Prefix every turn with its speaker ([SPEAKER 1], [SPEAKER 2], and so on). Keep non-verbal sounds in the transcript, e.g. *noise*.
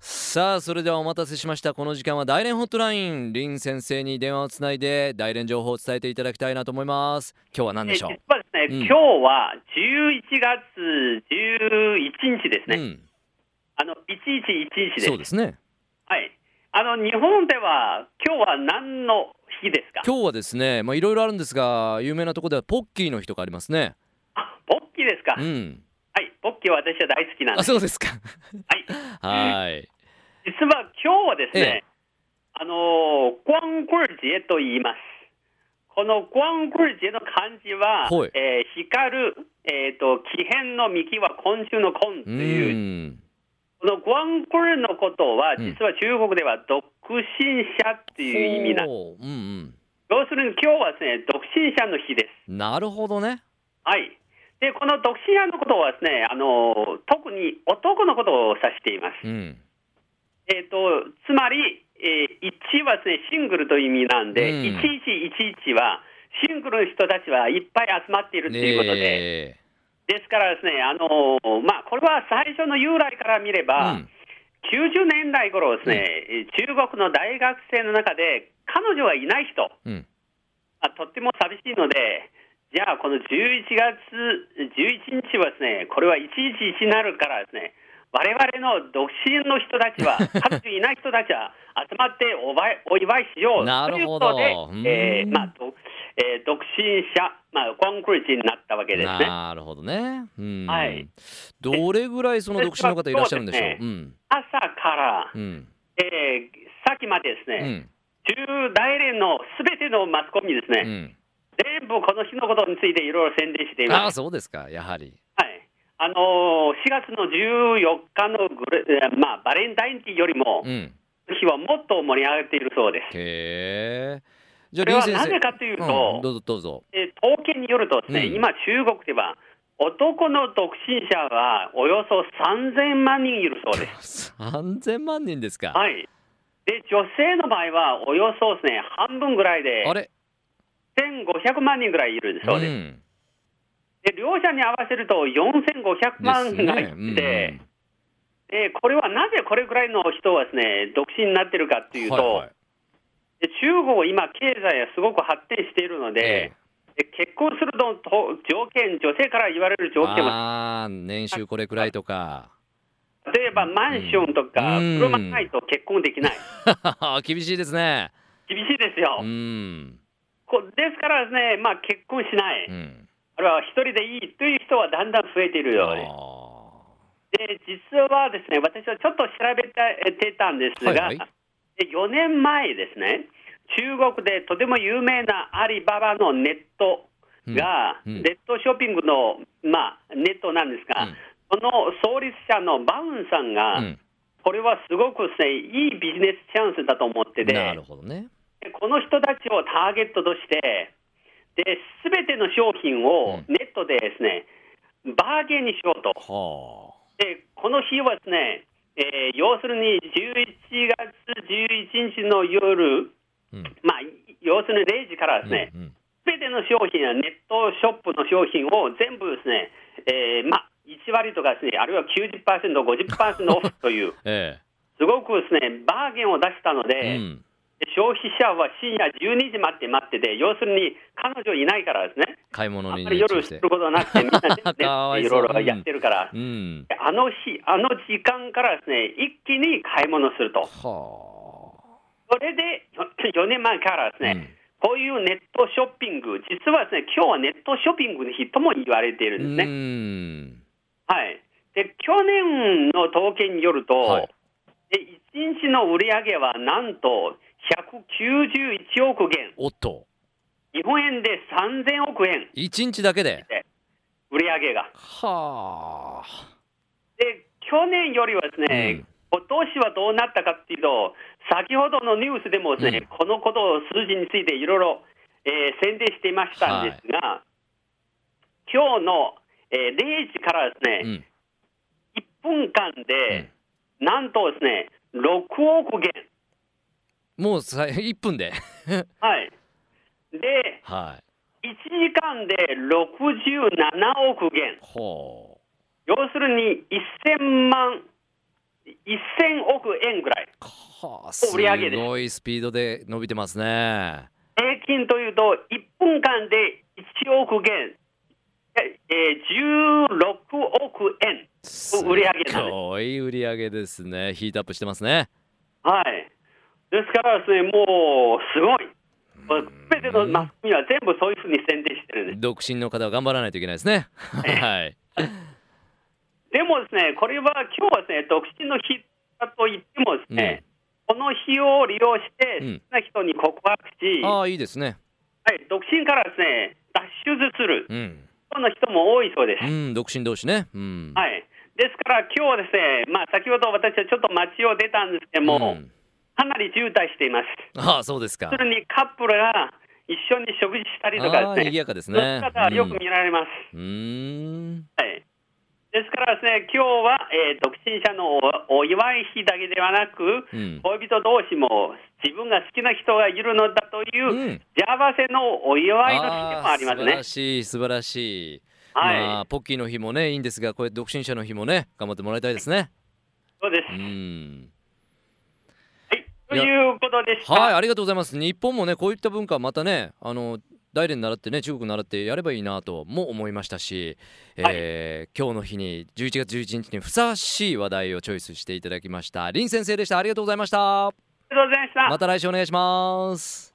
[SPEAKER 1] さあそれではお待たせしましたこの時間は大連ホットライン林先生に電話をつないで大連情報を伝えていただきたいなと思います今日は何でしょう
[SPEAKER 2] え
[SPEAKER 1] う
[SPEAKER 2] 実はですね、
[SPEAKER 1] ん
[SPEAKER 2] 今日は11月11日ですね、
[SPEAKER 1] うん
[SPEAKER 2] あの111です
[SPEAKER 1] そうですね
[SPEAKER 2] はい、あの日本では今日は何の日ですか、
[SPEAKER 1] 今日はですねまあいろいろあるんですが有名なところではポッキーの日とかありますね
[SPEAKER 2] あポッキーですか、
[SPEAKER 1] うん
[SPEAKER 2] はい、ポッキーは私は大好きなん
[SPEAKER 1] あ
[SPEAKER 2] です、
[SPEAKER 1] そうですか *laughs*
[SPEAKER 2] はい、
[SPEAKER 1] はい
[SPEAKER 2] 実は今日はです
[SPEAKER 1] え
[SPEAKER 2] ね、あのー、光棍節と言います。この光棍節の漢字は、
[SPEAKER 1] はい
[SPEAKER 2] えー光る、えー、と奇変の幹は昆虫の昆と
[SPEAKER 1] う
[SPEAKER 2] いう、
[SPEAKER 1] ん
[SPEAKER 2] この光棍のことは、
[SPEAKER 1] うん
[SPEAKER 2] 実は中国では独身者っていう意味なんです。
[SPEAKER 1] ほううん
[SPEAKER 2] 要するに今日はですね、独身者の日です。
[SPEAKER 1] うんなるほどね
[SPEAKER 2] はい。で、この独身者のことはですね、あの、特に男のことを指しています。
[SPEAKER 1] うん
[SPEAKER 2] えっ、と、つまり、えー、1はですね、シングルという意味なんで、
[SPEAKER 1] うん
[SPEAKER 2] 1111は、シングルの人たちはいっぱい集まっているということで、
[SPEAKER 1] え
[SPEAKER 2] ですからですね、あのまあ、これは最初の由来から見れ
[SPEAKER 1] え
[SPEAKER 2] ば、
[SPEAKER 1] うん
[SPEAKER 2] 90年代頃ですね、中国の大学生の中で、彼女がいない人、
[SPEAKER 1] うん
[SPEAKER 2] あとっても寂しいので、じゃあ、この11月11日はですね、これは111になるからですね、我々の独身の人たち
[SPEAKER 1] *laughs*
[SPEAKER 2] は、彼女いない人たちは集まっておばいお祝いしよう
[SPEAKER 1] な
[SPEAKER 2] と
[SPEAKER 1] る
[SPEAKER 2] いう
[SPEAKER 1] ほ
[SPEAKER 2] こ
[SPEAKER 1] ど
[SPEAKER 2] とで、えー
[SPEAKER 1] うん
[SPEAKER 2] まあどえー独身者、まあ、コンクリーチになったわけですね。
[SPEAKER 1] なるほどね、うん
[SPEAKER 2] はい
[SPEAKER 1] どれぐらいその独身の方いらっしゃるんでしょう
[SPEAKER 2] で
[SPEAKER 1] うん
[SPEAKER 2] 朝から、
[SPEAKER 1] うん
[SPEAKER 2] えー、さっきまでです
[SPEAKER 1] う
[SPEAKER 2] ね、
[SPEAKER 1] ん
[SPEAKER 2] 中大連のすべてのマスコミです
[SPEAKER 1] う
[SPEAKER 2] ね、
[SPEAKER 1] ん
[SPEAKER 2] 全部この日のことについていろいろ宣伝しています
[SPEAKER 1] ああ。そうですかやはり
[SPEAKER 2] はい、あのー4月の14日のグレ、えーまあ、バレンタインデーよりも
[SPEAKER 1] う、ん
[SPEAKER 2] 日はもっと盛り上げているそうで
[SPEAKER 1] へ
[SPEAKER 2] す。
[SPEAKER 1] えじゃ
[SPEAKER 2] そ
[SPEAKER 1] あ林
[SPEAKER 2] れは
[SPEAKER 1] 先
[SPEAKER 2] な
[SPEAKER 1] 生
[SPEAKER 2] ぜかというと、
[SPEAKER 1] うんどうぞどうぞ
[SPEAKER 2] えー統計によるとですね、
[SPEAKER 1] うん
[SPEAKER 2] 今、中国では男の独身者はおよそ3000万人いるそう
[SPEAKER 1] *laughs*
[SPEAKER 2] です。
[SPEAKER 1] 3000万人ですか、
[SPEAKER 2] はいで女性の場合はおよそですね半分ぐらいで
[SPEAKER 1] あれ
[SPEAKER 2] 1500万人ぐらいいるそうです、
[SPEAKER 1] ん
[SPEAKER 2] で両者に合わせると4500万
[SPEAKER 1] です
[SPEAKER 2] 人がいて、
[SPEAKER 1] ね
[SPEAKER 2] えーこれはなぜこれぐらいの人はですね独身になってるか
[SPEAKER 1] う
[SPEAKER 2] と
[SPEAKER 1] ん
[SPEAKER 2] いうと、
[SPEAKER 1] はいはい
[SPEAKER 2] で中国は今、経済がすごく発展しているので、
[SPEAKER 1] え
[SPEAKER 2] で結婚するのと条件、女性から言われる条件も、
[SPEAKER 1] ああ年収これくらいとか
[SPEAKER 2] 例えばマンションとか、
[SPEAKER 1] うん
[SPEAKER 2] 車がないと結婚できない、
[SPEAKER 1] *laughs* 厳しいですね
[SPEAKER 2] 厳しいですよ、
[SPEAKER 1] うん
[SPEAKER 2] こですからですね、まあ、結婚しない、
[SPEAKER 1] うん
[SPEAKER 2] あるいは一人でいいという人はだんだん増えているようです。で実はですね、私はちょっと調べてたんですが、
[SPEAKER 1] はいはい
[SPEAKER 2] で4年前ですね、中国でとても有名なアリババのネットが、
[SPEAKER 1] うんうん
[SPEAKER 2] ネットショッピングの、まあ、ネットなんですが、
[SPEAKER 1] うん
[SPEAKER 2] その創立者のバウンさん
[SPEAKER 1] あ
[SPEAKER 2] が、
[SPEAKER 1] ーうん
[SPEAKER 2] これはすごくですね、いいビジネスチャンスだと思ってて、
[SPEAKER 1] なるほどね
[SPEAKER 2] でこの人たちをターゲットとして、すべての商品を
[SPEAKER 1] うん
[SPEAKER 2] ネットでですね、バーゲンにしようと。
[SPEAKER 1] はあ
[SPEAKER 2] でこの日はですね、えー要するに11月11日の夜、
[SPEAKER 1] うん
[SPEAKER 2] まあ、要するに0時からですね、
[SPEAKER 1] うんうん
[SPEAKER 2] すべての商品やネットショップの商品を全部ですね、えーまあ、1割とかですね、あるいは90%、50%オフと
[SPEAKER 1] *laughs*
[SPEAKER 2] いう、
[SPEAKER 1] え
[SPEAKER 2] すごくですね、バーゲンを出したの
[SPEAKER 1] え
[SPEAKER 2] で、
[SPEAKER 1] うん
[SPEAKER 2] で消費者は深夜12時待って待ってて、要するに彼女いないからですね、
[SPEAKER 1] 買い物
[SPEAKER 2] あん
[SPEAKER 1] に
[SPEAKER 2] まり夜することなくて、み
[SPEAKER 1] *laughs*
[SPEAKER 2] んなネットで
[SPEAKER 1] かわい
[SPEAKER 2] い
[SPEAKER 1] そう
[SPEAKER 2] ろいろやってるから。
[SPEAKER 1] うん
[SPEAKER 2] あの日、あの時間からですね、一気に買い物すると。
[SPEAKER 1] は
[SPEAKER 2] それで、4年 *clears throat* 前からです
[SPEAKER 1] あ、
[SPEAKER 2] ね、こういうネットショッピング、実はですね、今日はネットショッピングの日とも言われている
[SPEAKER 1] うんん
[SPEAKER 2] ですね。はい。で、去年の統計によると、
[SPEAKER 1] はい
[SPEAKER 2] で1日の売り上げはなんと191億元、
[SPEAKER 1] おっと
[SPEAKER 2] 日本円で3000億円、
[SPEAKER 1] 一日だけで
[SPEAKER 2] 売り上げが。
[SPEAKER 1] はあ
[SPEAKER 2] で、去年よりはですね、
[SPEAKER 1] うん
[SPEAKER 2] 今年はどうなったかっていうと、先ほどのニュースでもですね、
[SPEAKER 1] うん
[SPEAKER 2] このことを数字についていろいろえー宣伝していましたんですが、今日の、えー0時からです
[SPEAKER 1] う
[SPEAKER 2] ね、
[SPEAKER 1] ん
[SPEAKER 2] 1分間で、なんとですね、6億元、
[SPEAKER 1] もうさ1分で
[SPEAKER 2] はい、で、
[SPEAKER 1] はい
[SPEAKER 2] 1時間で67億元、
[SPEAKER 1] ほ
[SPEAKER 2] 要するに1000万1000億円ぐらい。
[SPEAKER 1] はあす
[SPEAKER 2] 売り上げです
[SPEAKER 1] ごいスピードで伸びてますね。
[SPEAKER 2] 平均というと、1分間で1億元、えー、16億円。
[SPEAKER 1] す
[SPEAKER 2] 売り上げです
[SPEAKER 1] ごい売り上げですね。ヒートアップしてますね。
[SPEAKER 2] はい。ですからですね、もう、すごい。すべてのマスコミは全部そういうふうに宣伝してるんです。
[SPEAKER 1] 独身の方は頑張らないといけないですね。はい。
[SPEAKER 2] でもですね、これは今日はですね、独身の日だと言ってもですね、この日を利用して、
[SPEAKER 1] うん
[SPEAKER 2] 好きな人に告白し、
[SPEAKER 1] ああいいですね。
[SPEAKER 2] はい、独身からですね、脱出する、
[SPEAKER 1] うん。
[SPEAKER 2] そんな人も多いそうです。
[SPEAKER 1] うん独身同士ね。うん。い。
[SPEAKER 2] はい。ですから今日はですね、まあ先ほど私はちょっと街を出たんですけども、
[SPEAKER 1] ん、
[SPEAKER 2] かなり渋滞しています。
[SPEAKER 1] ああそうですか
[SPEAKER 2] そ。れにカップルが一緒に食事したりと
[SPEAKER 1] あ
[SPEAKER 2] か
[SPEAKER 1] あ
[SPEAKER 2] です
[SPEAKER 1] 賑
[SPEAKER 2] ね、
[SPEAKER 1] やかです
[SPEAKER 2] そういう
[SPEAKER 1] ね。
[SPEAKER 2] 姿はよく見られます。
[SPEAKER 1] うん。うーん
[SPEAKER 2] はい。ですからですね、今日は、えー独身者のおお祝い日だけではなく、
[SPEAKER 1] うん
[SPEAKER 2] 恋人同士も自分が好きな人がいるのだと
[SPEAKER 1] う
[SPEAKER 2] い
[SPEAKER 1] ん
[SPEAKER 2] う、幸せのお祝いの日でもありますね
[SPEAKER 1] あー。素晴らしい素晴らしい。
[SPEAKER 2] はい
[SPEAKER 1] まあポッキーの日もねいいんですが、これ独身者の日もね頑張ってもらいたいですね。
[SPEAKER 2] *laughs* そうです。
[SPEAKER 1] うん。
[SPEAKER 2] はい。ということでした。
[SPEAKER 1] はいありがとうございます。日本もねこういった文化またねあの大連習ってね中国習ってやればいいなとも思いましたし、えー今日の日に11月11日にふさわしい話題をチョイスしていただきました林先生でしたありがとうございました
[SPEAKER 2] ありがとうございました
[SPEAKER 1] ま。た来週お願いします